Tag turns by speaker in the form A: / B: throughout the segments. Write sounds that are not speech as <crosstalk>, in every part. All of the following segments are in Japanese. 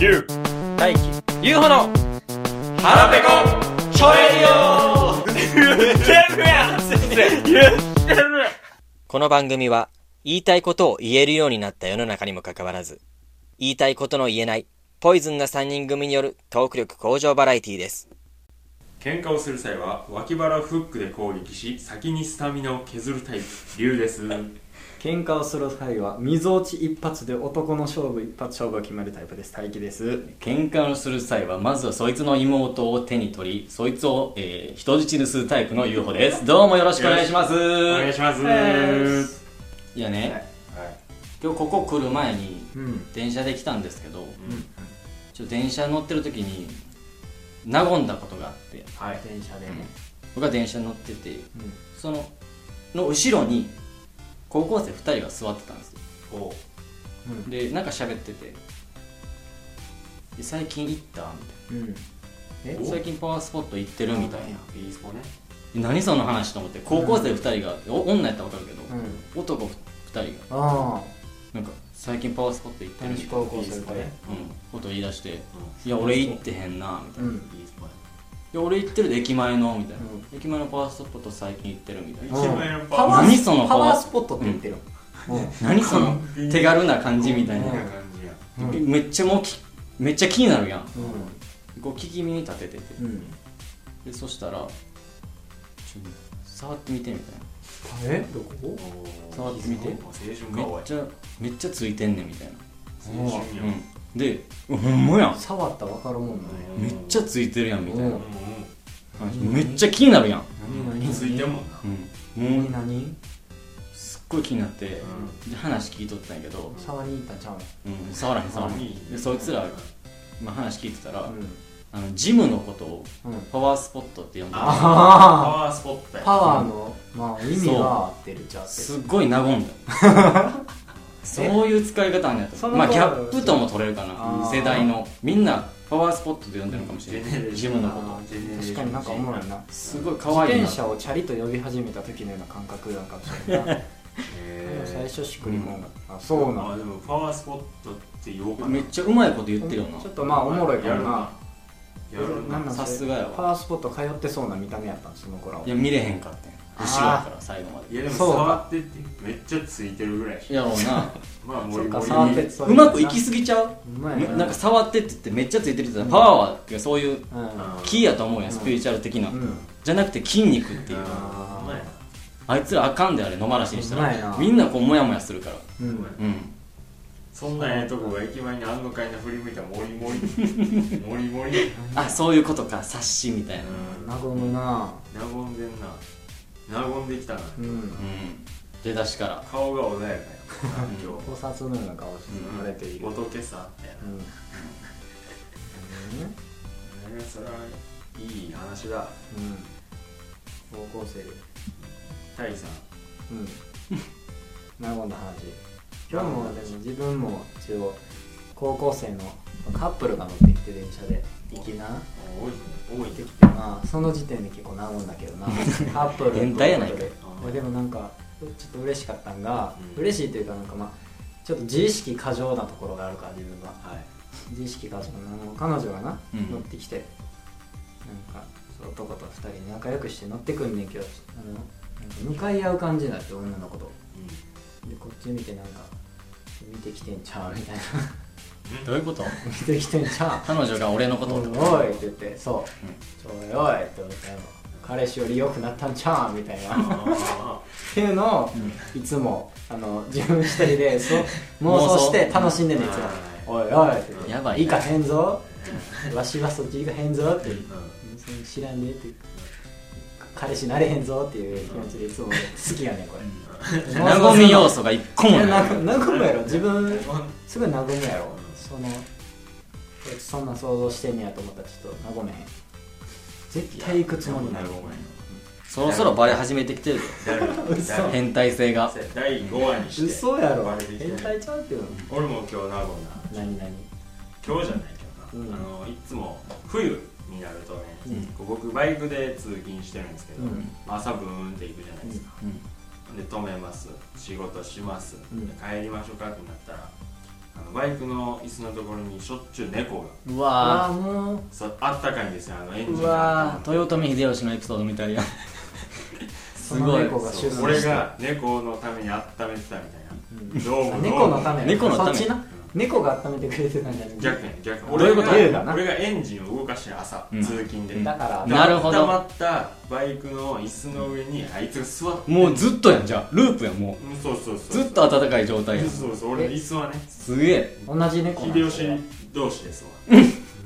A: ゆう
B: 大輝ゆうほの腹ペコちょえりよこの番組は言いたいことを言えるようになった世の中にもかかわらず言いたいことの言えないポイズンな3人組によるトーク力向上バラエティーです
A: 喧嘩をする際は脇腹フックで攻撃し先にスタミナを削るタイプ龍です
C: 喧嘩をする際は溝落ち一発で男の勝負一発勝負が決まるタイプです大輝です
D: 喧嘩をする際はまずはそいつの妹を手に取りそいつを、えー人質にするタイプの UFO ですどうもよろしくお願いします
A: お願いします、
D: いやね、
A: はい
D: 今日ここ来る前に
C: うん
D: 電車で来たんですけど、ちょっと電車乗ってる時に和んだことがあって
C: はい電車でね
D: 僕が電車に乗ってて
C: うん
D: そのの後ろに高校生2人が座ってたんですよ
C: うん
D: でなんか喋ってて「で最近行った?」みたいな
C: うんえ
D: 最近パワースポット行ってるみたいな
A: B スポね
D: 何その話と思って高校生2人が、お女やったら分かるけど、
C: うん
D: 男2人が
C: あ
D: なんか最近パワースポット行っ
C: あ
D: てる
C: 男
D: み
C: 子
D: たいな、
C: 高校生とかね
D: うん、こと言い出して、いや俺行ってへんなみたいな、
C: う
D: い
C: ん
A: B スポね
D: や俺行ってるで駅前のみたいな、
C: う
D: 駅前のパワースポット最近行ってるみたいな、
C: うん
A: 一番やっぱ
C: パワー
D: 何その
C: パ
D: パワー
C: ワースポットって言ってるう
D: 何その手軽な感じみたいな
A: こん、な感じや
C: んうん
D: めっちゃもうきめっちゃ気になるやんこう聞き耳立ててて
C: うん
D: でそしたらちょ触ってみてみたいな
C: えどこ
D: 触ってみて
A: 青春
D: め
A: かおい
D: っちゃめっちゃついてんねんみたいな、
A: 青春やん
D: うん、でうわほんまやん
C: 触ったら分かるもんね
D: めっちゃついてるやんみたいな
C: う
D: 話めっちゃ気になるやん、
A: うんうん何ついてんもんな
D: も
C: 何
D: う
C: 何
D: すっごい気になって、で話聞いとったんやけど、
C: 触りに行ったんちゃう
D: うん、触らへん触らへ
A: いい
D: んでそいつら、まあ、話聞いてたら、
C: うん
D: あのジムのことを
C: うん
D: パワースポットって呼んで
A: あ
D: た
A: パ
C: ああ
A: ワースポットや
C: パワーのまあ意味が合ってるじゃあって
D: すっごい和んだ
C: <laughs>
D: そういう使い方あんねやと
C: そ
D: 思
C: の
D: うまあギ
C: 頃
D: ャップとも取れるか
C: あ
D: な
C: ー
D: 世代のみんなパワースポットで呼んでるのかもしれ
A: ジェネ
D: な
A: レ
D: い
A: ー
D: ジ
A: ショ
D: ム
A: ン
D: の
A: だ
D: こと
C: 確かになんかおもろいな
D: すごい
C: 自
D: 可愛い
C: 転
D: な
C: 車をチャリと呼び始めた時のような感覚なんかもしれないな最初しくりも、あそうな
A: まあ
C: ん
A: でもパワースポットって言おうかな
D: めっちゃうまいこと言ってるよ
C: ちょ
D: な
C: っとまあおもろいか
A: や
C: ら
A: る
C: な
A: なやるな
C: なんなんそれ
D: さすがやわ
C: パワースポット通ってそうな見た目やったんその頃
D: いや見れへんかったんや後ろやから最後ま
A: いや
D: で
A: でも
C: そうか
A: 触ってってめっちゃついてるぐらいやし
D: やろうな
A: まあも
C: そっ
A: り
C: か
A: もり
C: 触ってそう
D: うまくいきすぎちゃう
C: うまい
D: め
C: な
D: なんか触ってって言ってめっちゃついてるって言ったらパワーはっていうかそういう
C: う
D: キーやと思うやんスピリチュアル的な、
C: んうん
D: じゃなくて筋肉っていう
A: あーうまいな
D: あいつらあかんであれ野放しにした
C: うまいな
D: らみんなこうモヤモヤするから
C: うん
D: うん
A: そんなんええとこが駅前にあんのかいな振り向いたらもり
C: <laughs>
A: もりもりもり
D: あそういうことか察しみたいな
C: 和むな
A: 和んでんな和んできたな
C: うん
D: うん出だしから
A: 顔が穏やかやな今
C: 考察のような顔して
A: 日
C: 慣れている
A: 仏さみたいな
C: うん
A: ねそれはいい話だ
C: うん高校生で
A: タイさん
C: うん和んだ話今日もでも自分も一応高校生のカップルが乗ってきて電車で行きな
A: 多いね多いね
C: まあその時点で結構なもんだけどなカップル
D: 変態やないか
C: いやでもなんかちょっと嬉しかったんが、嬉しいというかなんかまあちょっと自意識過剰なところがあるから自分は
A: はい
C: 自意識過剰なあの彼女がな、
D: うん
C: 乗ってきてなんかそう男と二人仲良くして乗ってくんねんけどあのなんか向かい合う感じになって女の子とでこっち見てなんか見てきてんちゃうみたいな
D: どういうこと
C: 見てきてんちゃう
D: 彼女が俺のことを
C: おいって言ってそう、おいおいって言って彼氏より良くなったんちゃうみたいな
A: あ
C: っていうのを、いつもあの自分一人で <laughs> そう妄想して楽しんでるんですよ「おいおい」って言って
D: やばい
C: いかへんぞ」わしはそっちいかへんぞ」って言って
A: ーうん
C: 知らんね」って彼氏なれへんぞっていう気持ちでいつも好きやねんこれ <laughs>
D: 和み要素が一個
C: い
D: も
C: やな
D: ない
C: 和むやろ自分すごい和むやろそのこいつそんな想像してんねやと思ったらちょっと和めへん絶対行くつもりない
D: そろそろバレ始めてきてるぞ
A: 誰だ誰
C: 嘘
A: だ
D: 変態性が
A: 第5話にして
C: 嘘やろ
A: バレてきて
C: 変態ちゃうっていうの
A: 俺も今日名古屋な
C: 何何
A: 今日じゃないけどな、
C: うん
A: あのいつも冬になるとね、こう僕バイクで通勤してるんですけど、
C: うん
A: まあ朝ブーンって行くじゃないですか、
D: うん
A: で止めます仕事します、
C: うん
A: で帰りましょうかってなったらあのバイクの椅子のところにしょっちゅう猫が
D: う
C: あ
D: わ
C: あもう
A: そうあったかいんですよあのエンジン
D: ーう
A: が
D: わー豊臣秀吉のエピソードみたいやす
C: そ
D: ご
C: の
D: い
C: 猫が出産
A: 俺が猫のために温めてたみたいなどうもどうも
C: 猫のため
D: 猫のため
C: そっちな猫が温めてくれてたんじゃない
A: 逆に逆に
D: どういう
A: 俺
D: こ
A: が
D: と
C: 言うかな
A: 俺がエンジンを動かして朝、
D: うん
A: 通勤で、
D: うん
C: だから
D: なるほど
A: 溜まったバイクの椅子の上にあいつが座って
D: もうずっとやんじゃあループやんも
A: うんそうそうそう
D: うずっと暖かい状態やん
A: そうそう俺の椅子はね
D: すげえ
C: 同じ猫なん
A: 秀
C: です
A: 吉
C: よ
A: 同士ですわ
C: う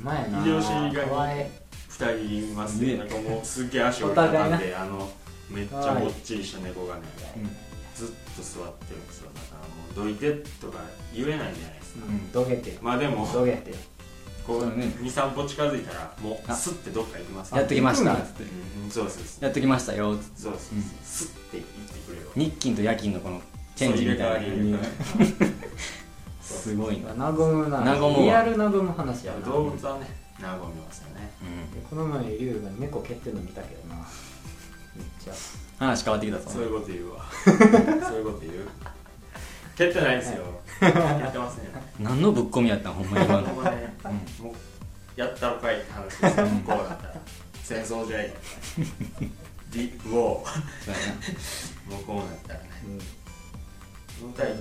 C: まいな
A: 秀吉以外に
C: かわいい
A: 二人いますね
D: ね
A: なんかもうすっげえ足をたんであのめっちゃ
C: はい
A: もっちりした猫がねずっと座ってるんですよだからもうどいてとか言えないじゃないですか
D: ん
C: どげて
A: まあでも
C: どげて
A: こう
D: そうね
A: 23歩近づいたらもう
D: あ
A: スッてどっか行きます
D: やってきましたっつって
A: うんそうそうそう
D: やってきましたよっつって
A: そうそうそうスッて行ってくれよ
D: 日勤と夜勤のこのチェンジみたい
A: そ
D: な
A: う入れ替わり入れ替わり
D: すごいな、
C: 和むな
D: 和むわ
C: リアル和む話やな
A: 動物はね和みますよね
D: うん、
C: この前龍が猫蹴ってるの見たけどなめっちゃ
D: 話変わってきたぞ
A: そういうこと言 <laughs> うわそういうこと言う蹴ってないですよ蹴ってませんよね
D: 何のぶっ込みやったんほんまに今の
A: ここねもうやったろかいって話ですよ向こうだったら戦争じゃいいディウォー
D: そうやな
A: 向こうだったらね
C: う
A: 無体験
C: ん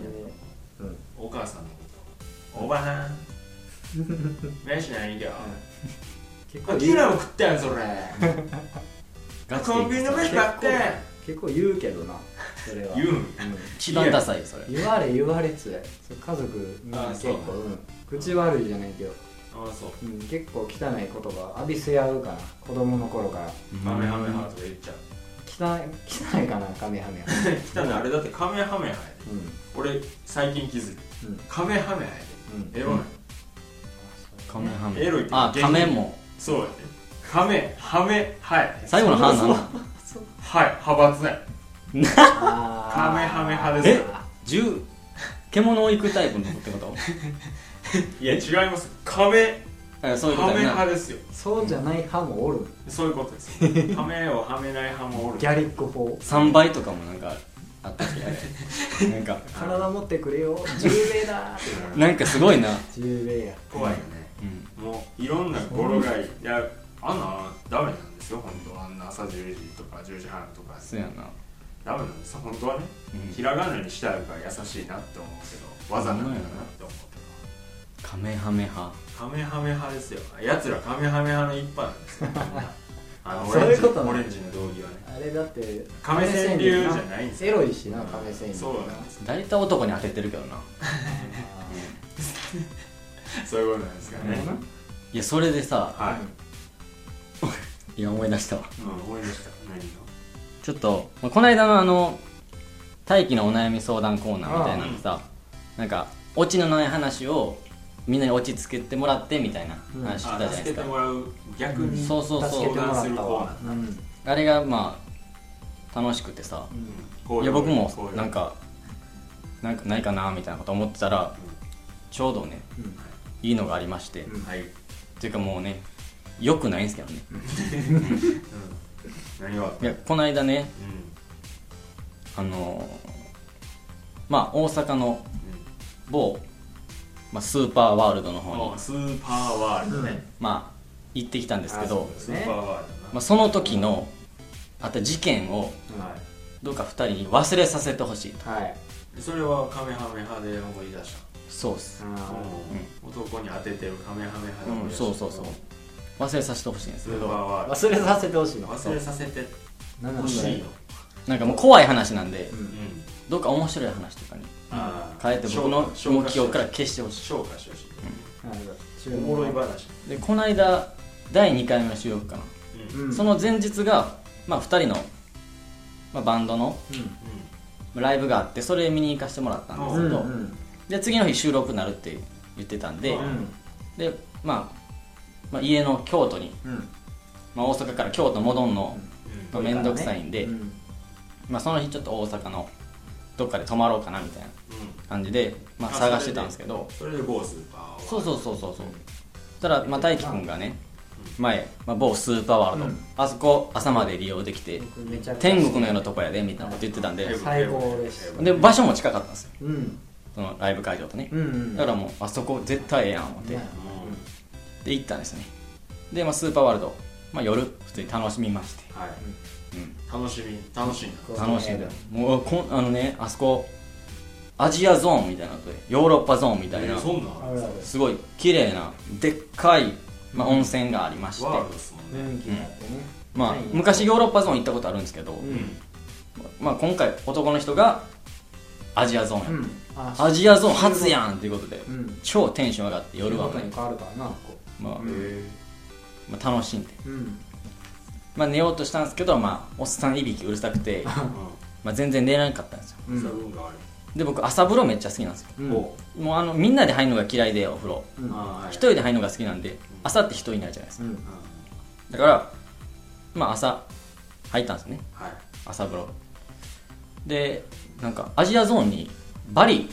C: うん
A: お母さんのことおばは <laughs> ん飯ないよ、
C: 結
A: こ
C: 構
A: れ
C: 言
A: キ
C: う
A: ューも食ったやんそれ
D: ガチで
A: コンビニの飯買って
C: 結構言うけどなそれは
A: 言うん
C: う
D: 一番ダサいよそれ
C: ん言われ言われつやそう家族みんな
A: あ
C: 結
A: そう
C: 構うん口悪いじゃないけど
A: ああそう
C: うん結構汚い言葉浴びせ合うから子供の頃から
A: カメハメハとか言っちゃう <laughs>
C: 汚い汚いかなカメハメは
A: 汚いあれだってカメハメハやで
C: うん
A: 俺最近気づいた
C: うんうん
A: カメハメハやでエロない
D: カメハメ
A: エロいって
D: あカメも
A: そうやでカメハメハやで
D: 最後の歯なんだ
A: はい派閥だよカ
C: カ
A: メハメ派です
D: え
A: よ
D: 十獣を行くタイプのってこと
A: いや違いますカメ
D: あそういうこ
A: ハ
D: と
A: メ
D: やな
A: 派ですよ
C: そうじゃない派もおる
A: そういうことですハメをはめない派もおる
C: ギャリック法
D: 3倍とかもなんかあったっけなんか
C: 体持ってくれよ10名だ
D: なんかすごいな、
C: 10名や
A: 怖いよね
D: うん、
A: もういろんな語呂がいいいやあんなダメなんですよ本当あんな朝10時とか10時半とか
D: そうやな、
A: ダメなんですよ本当はね
D: うん
A: ひらがなにしてあるから優しいなって思うけどわざなんだなって思うけ
D: カメハメ派
A: どカメハメ派ですよやつらカメハメ派の一派なんですよみんなあのオ
C: そ
A: レ
C: う
A: ン
C: いう
A: ジ
C: ことね
A: オレンジの道着はね
C: あれだって
A: 亀仙流じゃないんです
C: エロいしな亀仙流
A: そうなんです
D: 大体男に当ててるけどな
A: そういうことなんですかね、
C: うん
D: いやそれでさ
A: はい、
D: いや思い出したわ
A: うん、思い出した何が
D: ちょっとまあこの間のあの大気のお悩み相談コーナーみたいなのさなんかオチのない話をみんなにオチつけてもらってみたいな話してたじゃ
A: あ
D: ない
A: 助け
D: です
A: て
D: か、
A: もらう逆に、
D: そうそう
C: 助け
D: そ
C: て
D: う
C: もらったわうん
D: あれがまあ楽しくてさ
A: こう
D: いうや僕も
A: こういう
D: なんかなんかないかなみたいなこと思ってたらちょうどねいいのがありまして、
A: うんはい、うん、
D: っていうかもうねよくないんですけどね
A: 何があった
D: いやこの間ね
A: うん
D: あのーまあ大阪の某、まあ、スーパーワールドの
A: うん
D: 方
A: あ
D: に
A: スーパーワールドね、
D: まあ行ってきたんですけど
C: あ
A: スーパーワールド
D: まあ、その時のあった事件を
A: な、はい
D: どうか2人に忘れさせてほしいと
C: はい
A: それはカメハメ派で思い出した
D: そうっす、
A: うん、男に当ててるカメハメ派で
D: う
A: 思い
D: ん、
A: 出した、
D: そうそうそう忘れさせてほしいんです
A: ス
D: け
A: ーパー
D: ど
A: ワール
C: 忘れさせてほしい
A: ド
C: の
A: 忘れさせて
C: 何な
A: ほ
C: んだ
A: しい
C: よ
A: の、
D: なんかもう怖い話なんで
C: うん
A: うん
D: どうか面白い話とかに
A: あー
D: 変えて僕の
A: 消化
D: 記憶から消してほしい
A: 消化してほしい、
C: なるほど注
A: お
C: 文
A: もろい話、
D: でこの間第2回目の収録かな、
A: うん
C: うん
D: その前日が、まあ、2人の、まあ、バンドの
C: うん
D: ライブがあってそれ見に行かせてもらったんですけど、
C: うんうん
D: で次の日収録になるって言ってたんで、
A: うん
D: で、まあ、まあ家の京都に、
C: うん
D: まあ、大阪から京都戻んの
A: うん
D: まあ面倒、くさいんで、
C: うん
D: まあ、その日ちょっと大阪のどっかで泊まろうかなみたいな
A: うん
D: 感じで、まあ、
A: それ
D: 探してたんですけど
A: それで某スーパーは
D: そうそうそうそうそうただ、まあ、大樹君がね前、まあ、某スーパーワールド、
C: うん
D: あそこ朝まで利用できて
C: 僕めちゃくちゃ
D: 天国のようなとこやでみたいなこと言ってたんで
C: 最高です
D: で場所も近かったんですよ
C: うん
D: そのライブ会場とね、
C: うんうん
D: だからもうあそこ絶対ええやん思って、
C: ね
D: で行ったんですねで、まあ、スーパーワールド、まあ、夜普通に楽しみまして、
A: はい
D: うん、
A: 楽しみ楽しいな
C: こう
D: 楽しんでもうこんあのねあそこアジアゾーンみたいなのとヨーロッパゾーンみたいな、
A: えーそんな
C: あるある
D: すごい綺麗なでっかい、まあ、温泉がありまして、
A: ワールドですもんね
C: 雰囲気があってね
D: まあ
C: はい、
D: 昔ヨーロッパゾーン行ったことあるんですけど、
C: うん
D: まあ、今回男の人がアジアゾーンや、
C: うんあ
D: アジアゾーン初やんっていうことで、
C: うん
D: 超テンション上がって夜は
C: 中
D: ね、
C: に変わるからなこ
D: まあ
A: へえ
D: まあ、楽しんで、
C: ううん
D: まあ、寝ようとしたんですけど、まあ、おっさんいびきうるさく
A: <laughs>
D: てまあ全然寝れなかったんですよ
A: うんそういう文化ある
D: で僕朝風呂めっちゃ好きなんですよ
C: うん
A: お
D: もうあのみんなで入るのが嫌いでお風呂
C: うん
A: あーはい
D: 一人で入るのが好きなんで朝って人いないじゃないです
C: う
D: か
C: ん
A: うん
D: だからまあ朝入ったんですね
A: はい
D: 朝風呂でなんかアジアゾーンにバリ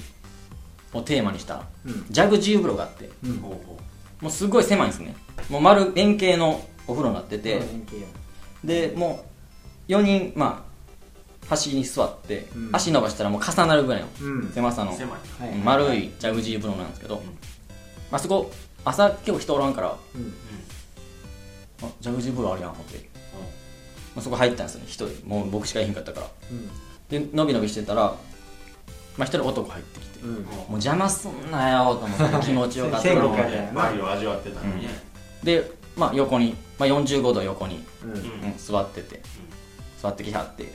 D: をテーマにした
C: うん
D: ジャグジー風呂があって
C: うん
A: ほうほ
D: もうすごい狭いんですねもう丸円形のお風呂になってて、
C: 連携や
D: でもう4人まあ端に座って、
C: うん
D: 足伸ばしたらもう重なるぐらいの
C: うん
D: 狭さの、
A: う狭い
C: は
D: うん丸いジャグジー風呂なんですけど、まあ、そこ朝結構人おらんから
C: うん
D: あジャグジー風呂あるやん思って、まあ、そこ入ったんですよね一人もう僕しかいへんかったから
C: うん
D: でのびのびしてたら、まあ、一人男入ってきて、
C: う
D: も
C: ん
A: な
D: う邪魔すんなよと思って
A: <laughs>
D: 気持ちよかった
C: 天
A: プ
C: 国
A: ロ
D: の
A: が
C: や
A: ねマリを味わってたのにね
D: で、まあ、横に、まあ、45度横に、
C: うん
A: うん
D: うん座ってて座ってきはって、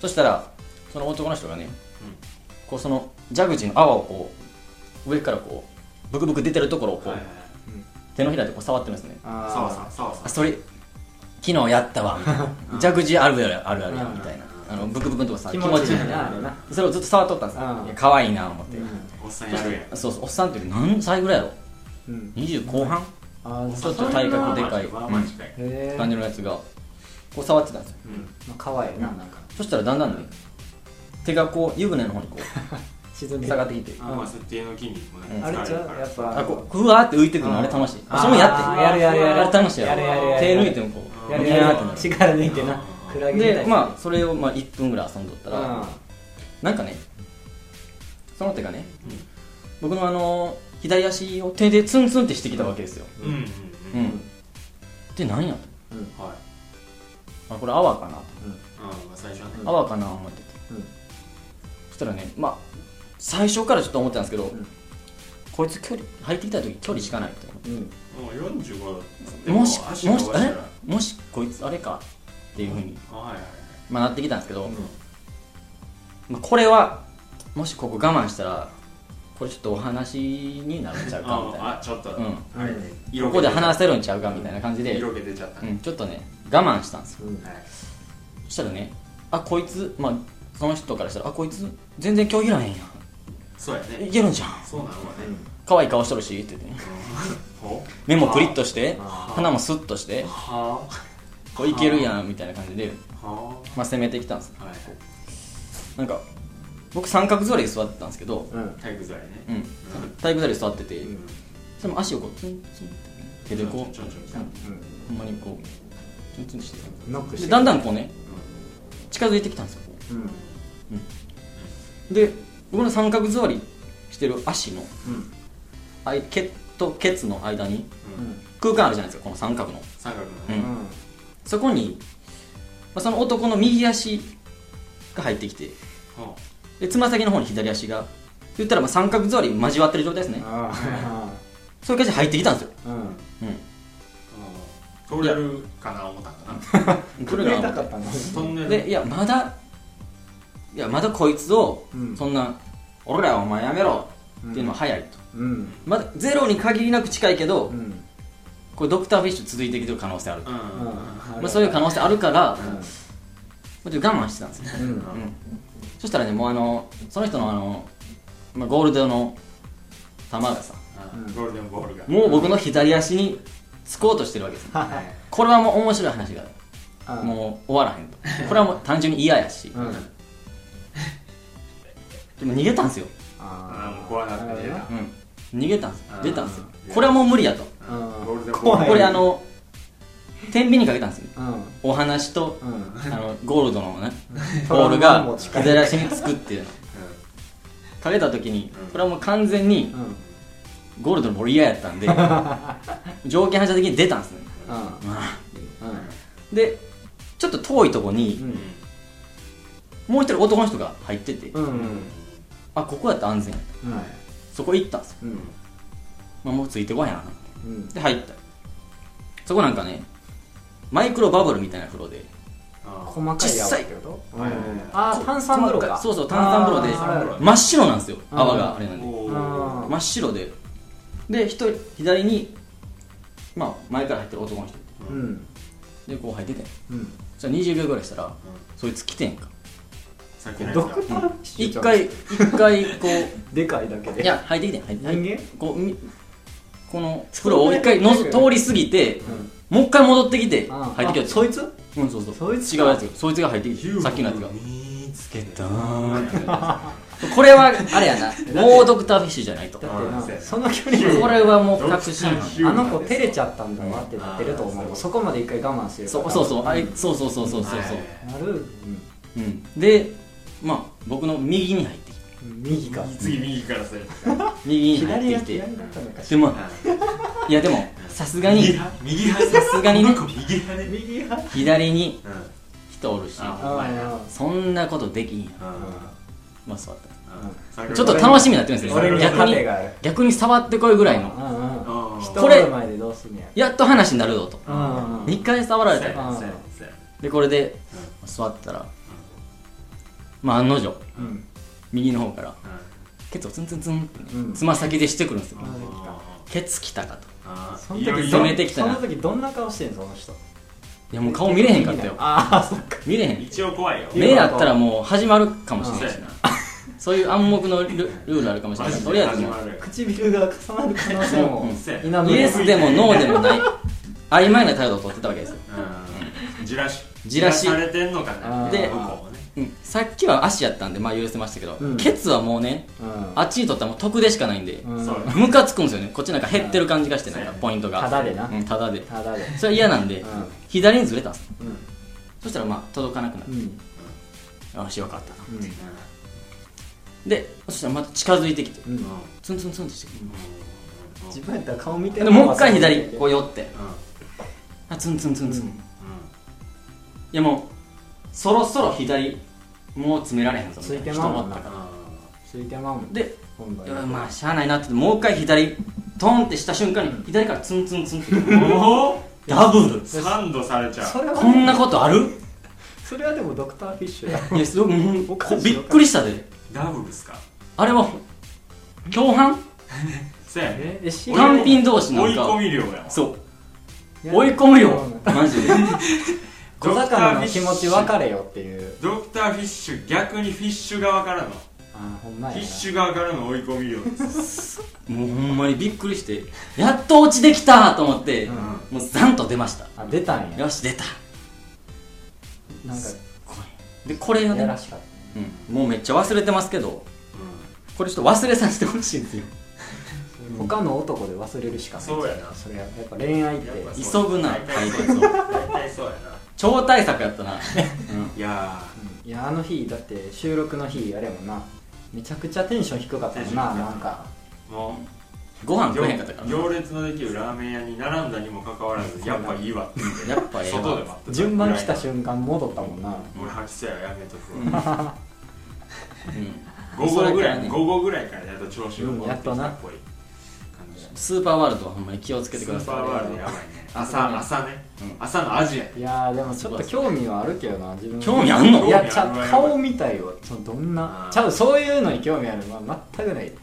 D: そしたらその男の人がね、こうそのジャグジーの泡をこう上からこうブクブク出てるところをこう、
A: はいはい
D: 手のひらでこう触ってるんですね
C: あー
A: サワさんサワ
D: あ
A: さ
D: それ昨日やったわみたいなジャグジーあるやろあるやろみたいなあのブクブクのとこさ気
C: 気持
D: 持
C: ち
D: ち
C: い
D: い
C: い
D: い
C: な
D: な
C: あれな
D: それをずっと触っとったんです
C: うん
D: よいや可愛いな思って、
A: んおっさんやるやん
D: そうそうおっさんっていうより何歳ぐらいやろ
C: うんうん
D: 20後半
C: あー
D: ちょっと体格でかい
A: まあまあ近い
C: へえ
D: 感じのやつがこう触ってたんですよ
A: うん
C: まあ可愛いななんか
D: そしたらだんだんね手がこう湯船の方にこ
C: 沈ん
D: う
C: で
D: 下がってきて
A: あまあ設定の筋肉もね
D: うん
C: あれ
A: 疲
C: ち
A: れ
C: ゃ
A: るか
C: う
A: ら
C: やっぱ
D: あこうふわーって浮いてくるのあれ楽しい私もやって
C: あーやるやるやる
D: あれ楽しいや
C: や
D: ろ
C: るやるやる
D: 手抜いてもこう
C: やる
D: ビャー
C: や
D: ってな
C: る
D: る
C: 力抜いてなクラゲみたい
D: でまあそれをまあ1分ぐらい遊んどったら、なんかねその手がね、僕のあの左足を手でツンツンってしてきたわけですよ、
A: うんうん
D: う
A: うんん
D: で何やと
C: うんうん
A: はい
D: あこれ泡かなと
A: うんまあ最初はね
D: 泡かな思っててそしたらねまあ最初からちょっと思ってたんですけど、
C: ん
D: こいつ距離入ってきた時距離しかないと思っ
C: うんうん
A: もう45度
D: てもし
A: で足
D: も
A: 伸
D: し
A: ばしたら
D: えもしこいつあれかっていうふうに、
A: あはいはい
D: まあ、なってきたんですけど、まあ、これはもしここ我慢したらこれちょっとお話になるんちゃうかみたいな
A: ああちょっと
D: うん
A: あれね
D: こ
A: 色
D: こ
A: 気出
D: で
A: ちゃっ
D: 話せるんちゃうかみたいな感じ
A: た
D: で、
A: 色気出ちゃった
D: う
A: ね
D: ん、ちょっとね我慢したんですよ
C: うん
A: はい
D: そしたらねあこいつまあその人からしたらあこいつ全然今日いらへんやん
A: そうや
D: い
A: ね
D: けるんじゃん
A: そうなのはね
D: 可愛い顔しとるしって言ってね
A: ほ
D: 目もプリッとして
C: あ
D: 鼻もスッとして
A: は
D: こういけるやんみたいな感じで、
A: あは
D: まあ、攻めてきたんです
A: あはい
D: なんか僕三角座りで座ってたんですけど、
C: うん
A: 体育座りね
D: うん、体育座りで座ってて、それも足をこうツンツンって手でこう
A: ちょんちょんちょんちょん
C: う
D: ほんまにこうツンツンして
C: んノックして
D: でだんだんこうね近づいてきたんですよ
C: うんうん
D: で僕の三角座りしてる足の
C: うん
D: あいケとケツの間に
A: うん
D: 空間あるじゃないですかこの三角の
A: 三角のね
D: うん
C: うん
D: そこに、まあ、その男の右足が入ってきて
A: ほ
D: でつま先の方に左足が言ったらまあ三角座り交わってる状態ですね
C: あ
D: そういう感じで入ってきたんですよ、
C: あうん
A: ううん通れるかな思ったんかな
D: うん、
C: くれたかったな
A: トンネル
D: でいやまだいやまだこいつを、
C: うん
D: そんな「俺らお前やめろ」っていうのは早いと、
C: うん
D: まだゼロに限りなく近いけど、
C: うん
D: これドクターフィッシュ続いてきてる可能性ある
A: うん
D: まあ、そういう可能性あるから、
C: うん
D: ちょっと我慢してたんですね、
C: うん
D: そしたらねもうあのその人のあの、まあ、ゴールドの球がさ
A: うんゴールデンボールが
D: もう僕の左足につこうとしてるわけです、
C: は
A: はい
D: これはもう面白い話が
C: あー
D: もう終わらへんとこれはもう単純に嫌やし
C: うん
D: でも逃げたんですよ、
A: あ
C: あ
A: ーもう怖なって出た
D: うん、逃げたんです
A: あー
D: 出たんですよ
A: いや
D: これはもう無理やと
C: うん
A: ゴールデンボー
C: 怖い
A: ル
D: これあの天秤にかけたんですよ
C: うん
D: お話と
C: うん
D: あのゴールドのね
C: うん
D: ボール
C: トラ
D: が
C: ウマも近い
D: 左足につくっていうの
A: う
D: かけた時に
A: うん
D: これはもう完全に
C: うんうん
D: ゴールドのボール嫌やったんで条件反射的に出たんですねでちょっと遠いとこ
C: う
D: に
C: ん
D: もう一人男の人が入ってて、
C: うんうん
D: あここやったら安全や
C: うんはい
D: そこ行ったんですよ、
C: うん
D: まあ、もうついてこいやなと思って
C: うん
D: で入ったそこなんかねマイクロバブルみたいな風呂で
A: あー
C: 細かい泡ってこと
A: はいはいはい
C: あー炭酸風呂か
D: そうそう炭酸風呂で
C: あー
A: 炭酸風呂
D: 真っ白なんですよ
C: うん
D: 泡があれなんで
A: お
C: あ
A: ー
C: ー
D: 真っ白でで一人左にまあ前から入ってる男の人
C: うん
D: で後輩出て
C: うん
D: じゃあ20秒ぐらいしたらそいつ来てんか
A: さっきのやつ
C: ド
A: だ
C: クターシュー
D: 一回一回こ
C: でかいだけ
D: う
C: <laughs> で
D: いや入ってきてん入って
C: 人間
D: こうみこの風呂を一回のぞ通り過ぎて
C: うん
D: もう一回戻ってきて
C: あ
D: 入ってき
C: あ
D: た
C: そいつ
D: うんそうそう
C: そいつ
D: 違うやつがそいつが入ってきてさっきのやつが
A: 見つけた
C: <laughs>
D: これはあれやなもうドクターフィッシュじゃないと
C: だ
D: こ
A: あ
C: っ
A: ー
C: てなその距離で
D: れはもう確信
A: ドクターフィッシュ
C: あの子照れちゃったんだわってなってると思う
A: うん
C: そこまで一回我慢してるか
D: そ
C: ら
D: うそうそうあいそうそうそうそうそうそ
A: は
D: う
A: い
C: なるうん
D: うんでまあ僕の右に入ってきて
C: 右か
A: 次右からする
D: 右に
C: 左
D: 入
C: や
D: ってきて
C: 左だったのかし
D: でもいやでもさすがに
A: 派右派さ
D: すがにね
A: この子右派ね
C: 右派
D: 左に
A: うん
D: 人おるし
A: あ
C: ああ
D: そんなことできんやん
A: う
D: まあ座った
A: んうん
D: ちょっと楽しみになってるんですよ
C: 俺に
D: 逆に
C: 盾がある
D: 逆に触ってこいぐらいの
C: うんうん
A: うん
C: 人
D: こ
C: お
D: れ
C: る前でどうすんね
D: やっと話になるぞと
C: やうんうん
D: 2回触られた
A: そうや
D: よ
A: な
C: うん
A: そうやなそうやな
D: でこれで座ったらまあ案の定
C: うん
D: 右の方から
A: うん
D: ケツをツンツンツンってね
C: うん
D: つま先でしてくるんですよ
C: うん
D: ケツきたかと
A: あ
C: そ
A: ー
C: の
A: いよ
C: 時
A: い
D: 染
A: よ
D: めてきたな
C: その時どんな顔してんのその人
D: いやもう顔見れへんかったよ
C: ああそっか
D: 見れへん
A: 一応怖いよ
D: 目だったらもう始まるかもしれないし
A: う
D: なそういう暗黙の
C: <laughs>
D: ルルールあるかもしれないとりあえずもう
C: 唇が重なる可能性も
D: うん
A: そう
C: 否め
A: や
C: ない
D: イエスでもノーでもない曖昧な態度を取ってたわけですよ、
A: うんじらし
D: じらし
A: されてんのかな
C: あー
A: で向こうもね
D: うん、さっきは足やったんでまあ許せましたけど、
C: うん
D: ケツはもうね
C: うん
D: あっちにとってはもう得でしかないんで、
C: うん
A: そうや
D: ムカつくんですよねこっちなんか減ってる感じがして
A: うん
D: なんかポイントが
C: ただでな
D: うんただで
C: ただで
D: それは嫌なんで、
C: うん
D: 左にずれたんです
C: うん
D: そしたらまあ届かなくな
C: う
D: る、
C: ん
D: よしよかったと
C: うん
D: でそしたらまた近づいてきて
C: うん
D: ツンツンツンとしてく
C: 自分やったら顔見て
D: る
C: る
D: で
C: の
D: もう一回左こう寄って
A: うんうん
D: あツンツンツンツン、
C: うん
D: いやもうそろそろ左もう詰められへんぞみたいな
C: ついてまうもん
D: 人
C: な
D: おったか
C: ついてまうも
D: ら
C: ん
D: で
C: 今度
D: いやまあしゃあないなってもう一回左トンってした瞬間に左からツンツンツンって
A: うんおお
D: ダブル
A: サンドされちゃ
C: そうれは
D: こんなことある <laughs>
C: それはでもドクターフィッシュだ
D: いやすごいうん
C: おかしい
D: びっくりしたで
A: ダブルっすか
D: あれは共犯
A: そうやね
C: えし
A: 俺も
D: 単品同士な
A: 追い
D: ん
A: 込
D: か
A: み量やわ
D: そう追い込むよマジで
C: 小魚の気持ち分かれよっていう
A: ドクターフィッシュ逆にフィッシュ側からのフ
C: あーほんまや
A: ィッ
C: な
A: シュ側からの追い込み量です
D: もうほんまにびっくりしてやっと落ちできたと思って、
C: う
D: も
C: ん
D: うザンと出ました
C: あ出たんや
D: よし出た
C: なんか
D: これでこれが
C: や
D: ね
C: らしかっ
D: うんもうめっちゃ忘れてますけどこれちょっと忘れさせてほしいんですよ
C: た他の男で忘れるしかない
A: そうやな
C: それやっぱ恋愛って
A: やっぱ
D: 急ぐな
A: 大
D: 解
A: 体
D: 決を
A: 大体そうやな
D: 超大作やったな、 <laughs>
A: いや
C: うんいやあの日だって収録の日あれやもんなめちゃくちゃテンション低かったもんな
A: テンション低か
C: な
A: った
C: んか
A: ーも
D: ご飯
A: う
D: 食えへんかったからな
A: 行列のできるラーメン屋に並んだにもかかわらずやっぱいいわって
D: やっぱええ
A: 外で
D: わ
A: 待って
C: 順番来た瞬間戻ったもんな
A: 俺吐きそうやわやめとくわ
D: う
A: 午
D: ん
A: 後ぐら
D: それからね
A: い午後ぐらいからやっと調子が戻ってきたっぽい感じ
D: スーパーワールドはほんまに気をつけて
A: ス
D: くだ
A: ー
D: さ
A: パ
D: い
A: ーワールドやばいね朝朝ね
D: うん
A: 朝のアジアや
C: いやーでもちょっと興味はあるけどな自分
D: 興味あんの
A: 興
C: いや
A: 味ある
C: ちゃう顔みたいわそのどん
A: あ
C: な
A: ー
C: ちゃうそういうのに興味ある、まあ、全くないい
A: うん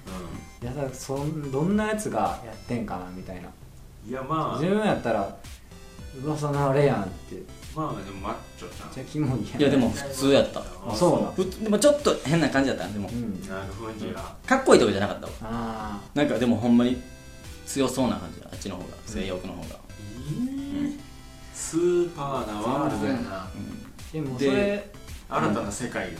C: やだからそんどんなやつがやってんかなみたいない
A: やま
C: 自分やったらうわそんなあれやんって
A: あまあでもマッチョちゃん
C: じゃあキモいやん
D: いやでも普通やった
C: あそうなん
D: ふでもちょっと変な感じやったでも
C: うん
A: なんか雰囲気が
D: かっこいいとかじゃなかったわ
C: あ
D: なんかでもほんまに強そうな感じあっちの方が性欲の方が、
A: スーパーなワールドやな
C: ーでもそ
D: で
C: れ
A: 新たな世界が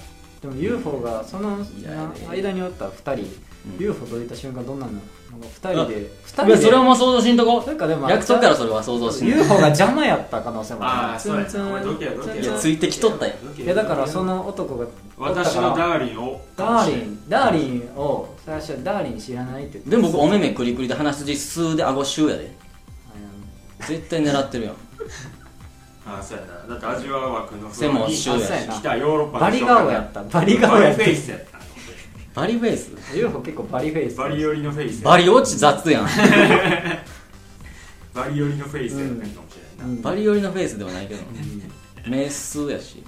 C: でも UFO がその
D: いやね
C: な間におった2人
D: うん
C: UFO といた瞬間どんなのなんか二人で二
D: いや
C: 人で
D: それはもう想像しんとこ
C: なんかでも
D: 約束からそれは想像しんと
C: UFO が邪魔やった可能性も
A: あ
C: あ
A: あそうや
C: ツンツ
A: な
C: ン
A: お前どけやどけ
C: い
A: や
C: や
D: ついてきとったやん
C: いやだからその男がおったから
A: 私のダーリンを
C: ダーリンダーリンを最初ダーリン知らないって言って
D: でも僕お目目くりくりで鼻筋スーで顎シューや <laughs> で絶対狙ってるやん
A: ああそうやなだって味は枠の
D: 背も一緒やし
A: 来たヨーロッパ
C: バリ顔やったバリ顔
A: バ
C: や
A: リ
C: っ
A: フ
C: た
A: ェイスやった
D: バリフェイス
C: UFO 結構バリフェイス
A: バリ寄りのフェイスや
D: バリ落ち雑やん
A: バリ寄りのフェイスやったんかもしれ
C: うん
A: ないな
C: うん
D: バリ寄りのフェイスではないけど目スーやし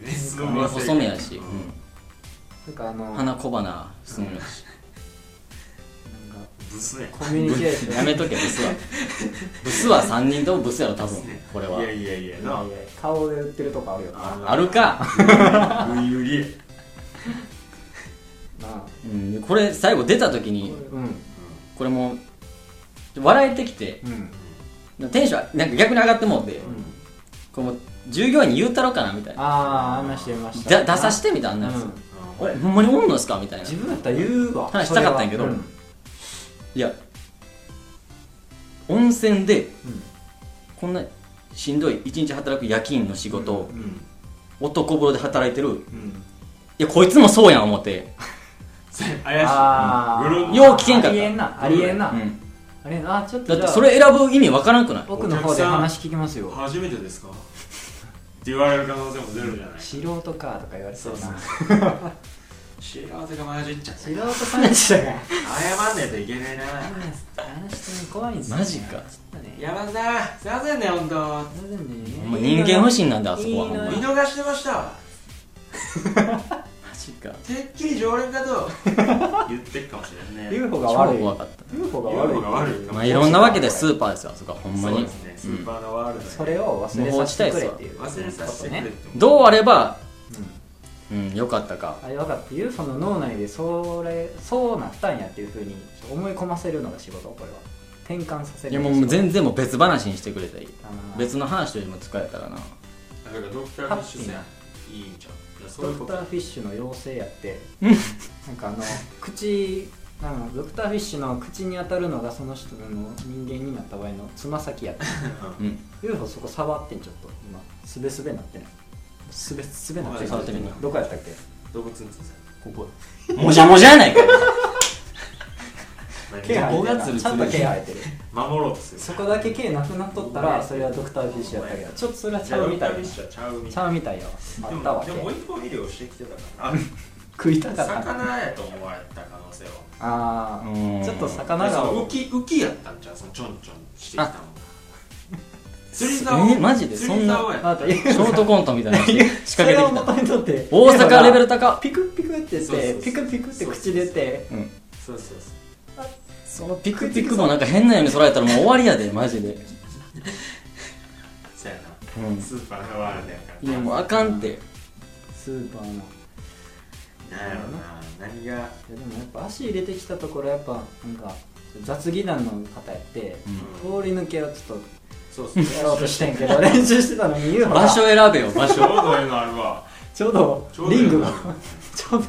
A: うんレッスン
D: 目
A: はせい
D: 細めやし、
C: なんかあのなんか
D: 鼻小鼻すんやし、
A: ブスね
C: コミュニケーション
D: やめとけブスはブスは3人ともブスやろ多分これはい
A: やいやいや
C: いや
A: ない
C: や顔で売ってるとこあるよな
A: あ
D: あるか、
A: ういうり
C: なあ
D: うん、これ最後出た時に
C: うん
D: これもう笑えてきて
C: うん
D: テンションなんか逆に上がってもうて、これもう従業員に言うたろかなみたいな
C: ああ話してました
D: だ出さしてみたいなやつ、
C: うん
D: 俺ほんまにおんのですかみたいな
C: 自分やったら言うわ
D: 話したかったんやけど
C: それはい
D: や温泉で、
C: ん
D: こんなしんどい一日働く夜勤の仕事を、
A: うん
D: 男風呂で働いてる、い
A: うん
D: やこいつもそうやん思って
A: それ怪しい
C: あー
A: グローブ
D: よう聞けんかった
C: ありえんなありえんな、
D: うん
C: ありえんなあちょっと
D: だっ
C: じ
D: て
C: ゃあ
D: それ選ぶ意味わからんくない
C: 奥の方で話聞きますよ
A: 初めてですかって言われる可能性もゼロじゃない
C: 素人かとか言われそうな
A: そう幸せが混じっちゃって
C: 素人さんでしたか
A: 謝んねえといけねえな
C: 話しても怖いんすよ
D: マジか
A: 山田さんすいませんね本当
D: ほんま人間不
C: しい
D: 信なんだあそこはほんま
A: 見
D: マ
A: 逃してました
D: ジか
A: てっきり常連か
C: <laughs>
A: と言ってるかもしれんね
C: UFO が
D: 超
C: 悪い
D: 怖かった
C: UFO が悪い
A: UFO が悪いか
D: ま
A: も
D: あいろんなわけでスーパーですよあそこはほんま
A: そう
D: に
A: ですねスーパーのワールドで
C: それを忘れさせてくれっていう
A: 忘れさせてくれって
D: どうあれば
C: うん
D: うんよかったか
C: あれ分かった UFO の脳内でそれそうなったんやっていうふうに思い込ませるのが仕事これは転換させ
D: い
C: る
D: や
C: のが
D: も
C: 仕事
D: う全然もう別話にしてくれたらいい
C: あの
D: 別の話よりも使えたらな
A: だからドクターフィッシュさんいいんちゃういやそう
C: ド
A: いうこ
C: ク
A: と
C: ターフィッシュの妖精やってなんかあの口あのドクターフィッシュの口に当たるのがその人の人間になった場合のつま先やった
D: うん、
C: UFO そこ触ってんちょっと今すべすべなってないすべすべなってる
D: 触ってみんな
C: どこやったっけ
A: 動物のさ
C: ここ
D: もじゃもじゃやないかよ
A: 何
C: 毛生えてる
D: ここがツルツル
C: ちゃんと毛生えてる
A: 守ろうとする
C: そこだけ毛なくなっとったらそれはドクターフィッシュやったけどちょっとそれはち
A: じゃあ
C: ゃう
A: ドク
C: み
A: タ
C: た
A: ー
C: い
A: フィッ
C: な
A: シュはちゃうみ
C: ち
A: たい
C: ゃうみたいやわあったわ
A: で
C: 毛
A: もでも一本医療してきてたからな
C: 食いたかったな
A: 魚やと思われた可能性は
C: あ
D: うん
C: あちょっと魚
A: なんか
C: が
A: 浮き浮きやったんちゃうそのちょんちょんしてきたの <laughs> 釣り竿
D: えマジでそんな
A: 釣り竿や
C: あと
D: ショートコントみたいなの仕
C: そ
D: 掛け
C: れ
D: て
C: を
D: きた
C: 元にとって
D: 大阪レベル高
C: ピクピクって言
A: そうそう
C: っ
A: そう
C: てピクピクって口出て
D: うん
A: そうそうそう
D: そのピクピクもなんか変なように捉えたらもう終わりやでマジで
A: そうやな
D: うん
A: スーパーのワールドやから
D: いやもうあかんって
C: スーパーのいや
A: なんやろな何が
C: でもやっぱ足入れてきたところやっぱなんか雑技団の方やって
A: うん
C: 通り抜けをちょっ
A: そうそう
C: と <laughs> やろうとしてんけど練習してたのに言うほ
D: 場
C: ら
D: 所選べよ場
A: ちょう
D: 所
A: どええのあるわ
C: ちょうど
A: ちょうどええ
C: リング
A: の
C: が <laughs> ちょう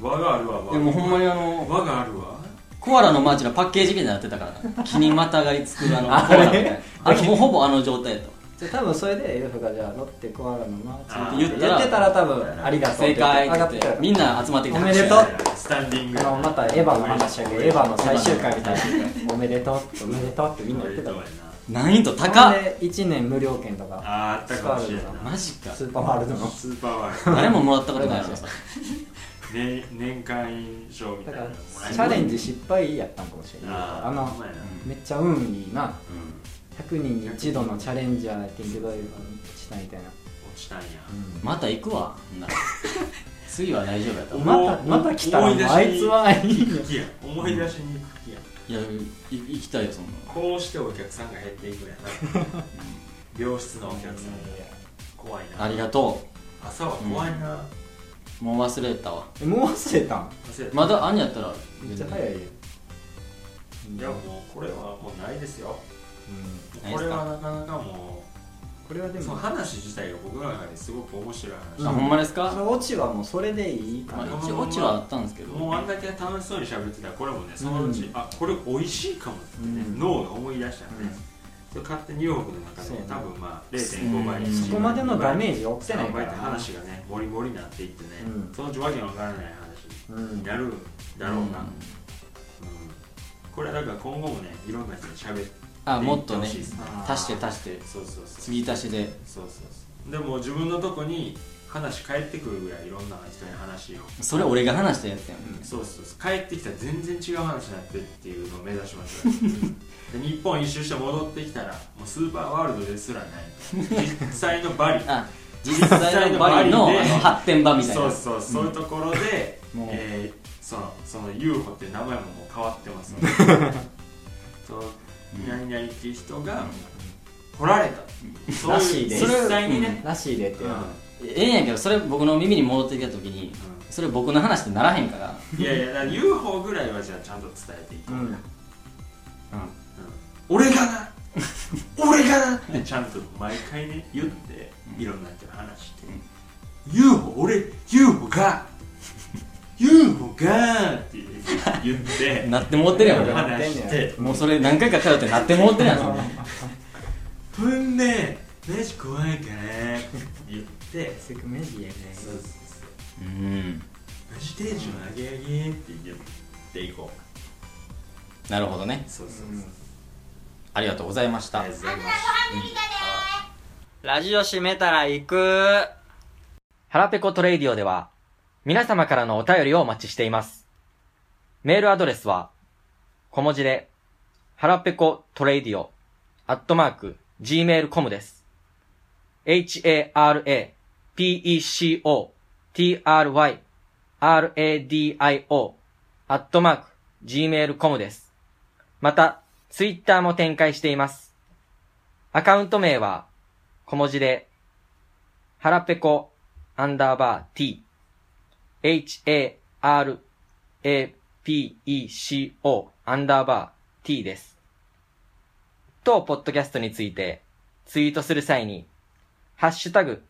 C: ど
A: 輪があるわ
D: でもほんまにあの
A: 輪があるわ
D: コアラのマーチのパッケージみたいになってたからな木にまたがりつくあのコアラみたいなあれもうほぼあの状態やと
C: じゃあ多分それで UFO がじゃあロッテコアラのマーチ
A: あー
C: 言って言ってたら多分ありがとう
D: 正解
C: 上が
D: っ
C: ってて
D: 言って
C: た
D: みんな集まってきた
C: おめでとう
A: スタンディング
C: あのまたエヴァの話やけどエヴァの最終回みたいなおめでとうっておめでとうってみんな
A: お
C: 言
A: め
C: っ
A: で
C: て
A: と
C: た
A: うやな
D: 難易度
C: 高
D: 高
C: っ
D: っ
C: で1年無料券とか
A: あーあったかもしれんな
D: マジか
C: スーパーワールドの
A: スーパーワール
D: 誰ももらったことないのさ
A: ド年年間印象みた
C: だ
A: い
C: か
A: な
C: らチャレンジ失敗やったんかもしれない
A: あ
C: あ
A: あ
C: の
A: ほんまやな
C: めっちゃ運いいな
A: うん
C: 100人に一度のチャレンジャーやってんけどしたみたいな、
A: 落ちたんや
D: また行くわほんなら次は大丈夫やった
A: うん
C: またまた来たらもうあいつはいいよ
A: 行く気や思い出しに行く気や
D: いやい行きたいよそんな
A: こうしてお客さんが減っていくんやな病室のお客さんが怖いな
D: ありがと
A: 朝は怖いな、
D: うもう忘れたわ
C: えもう忘れたん
A: 焦った
D: まだ兄やったら
C: めっちゃ早いよ
A: いやもうこれはもうないですよ
C: うん
A: これはなかなかもう
C: ここれはで
A: その
C: も
A: 話自体が僕の中ですごく面白い話
D: あほんまです
C: そ
D: か、
C: のオチはもうそれでいいか
D: ま
C: な、
D: あ、一応オチはあったんですけど
A: もうあんだけ楽しそうに喋ってたらこれもねそのうち、
C: うん
A: あこれ美味しいかもってね、
C: うん
A: 脳が思い出したんで、
C: うん
A: それ勝手に4億の中
C: そう
A: で、
C: ね
A: 多分まあ0.5倍、
D: うん
C: そこまでのダメージを負ってな
A: 3
C: いか
A: 倍っ
C: ら
A: て話がねモリモリになっていってね、
C: うん
A: そのうちわけのわからない
C: う
A: 話
C: ん
A: になるんだろうな、うんこれはだから今後もねいろんな人に喋っていって
D: あもっとね
A: ほしいです
C: あー
D: 足して足して
A: そうそうそう
D: 継ぎ足しで
A: そうそうそうでも自分のとこに話返ってくるぐらいいろんな人に話を、
D: それ俺が話したやつやん
A: そうそうそう帰ってきたら全然違う話になってっていうのを目指しましょう
D: <laughs>
A: で日本一周して戻ってきたらもうスーパーワールドですらな
D: <laughs>
A: い実際のバリ
D: あ実際のバリの
A: 実際のバリ
D: あ
A: で
D: の発展場みたいな
A: そうそうそういうところで、
C: もう
A: えーそのその UFO っていう名前ももう変わってますのでそう何々っていう人が来られたそう
C: らし
A: い
C: いうで
A: 実
C: す
A: 際にね、
C: らしいでって、
A: うん
D: ええんやけどそれ僕の耳に戻ってきた時にそれ僕の話ってならへんから
A: いやいやだから UFO ぐらいはじゃあちゃんと伝えていこう、
C: うん
A: 俺がな俺がなってちゃんと毎回ね言っていろんな人に話して「UFO 俺 UFO が UFO が」って言
D: <laughs>
A: って
D: なってもうてるやん俺
A: 話して
D: もうそれ何回か通ってなってもうてるやんそれ
A: 「ほんでマジ怖いから」って言って
C: せっかくメジやね
A: 「そうそうそう
D: うん
A: マジテンション上げ上げ」って言っていこう
D: なるほどね
A: そうそうそううん
D: ありがとうございました
A: ありがとうございます
D: ラジオ閉めたら行く腹ペコトレイディオでは、皆様からのお便りをお待ちしています。メールアドレスは、小文字で、腹ペコトレイディオ、アットマーク、gmail.com です。h-a-r-a-p-e-c-o-t-r-y-r-a-d-i-o、アットマーク、gmail.com です。また、ツイッターも展開しています。アカウント名は、小文字で、はらぺこ、アンダーバー t、h-a-r-a-p-e-c-o、アンダーバー t です。当ポッドキャストについて、ツイートする際に、ハッシュタグ、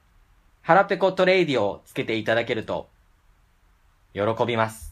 D: はらぺこトレイディオをつけていただけると、喜びます。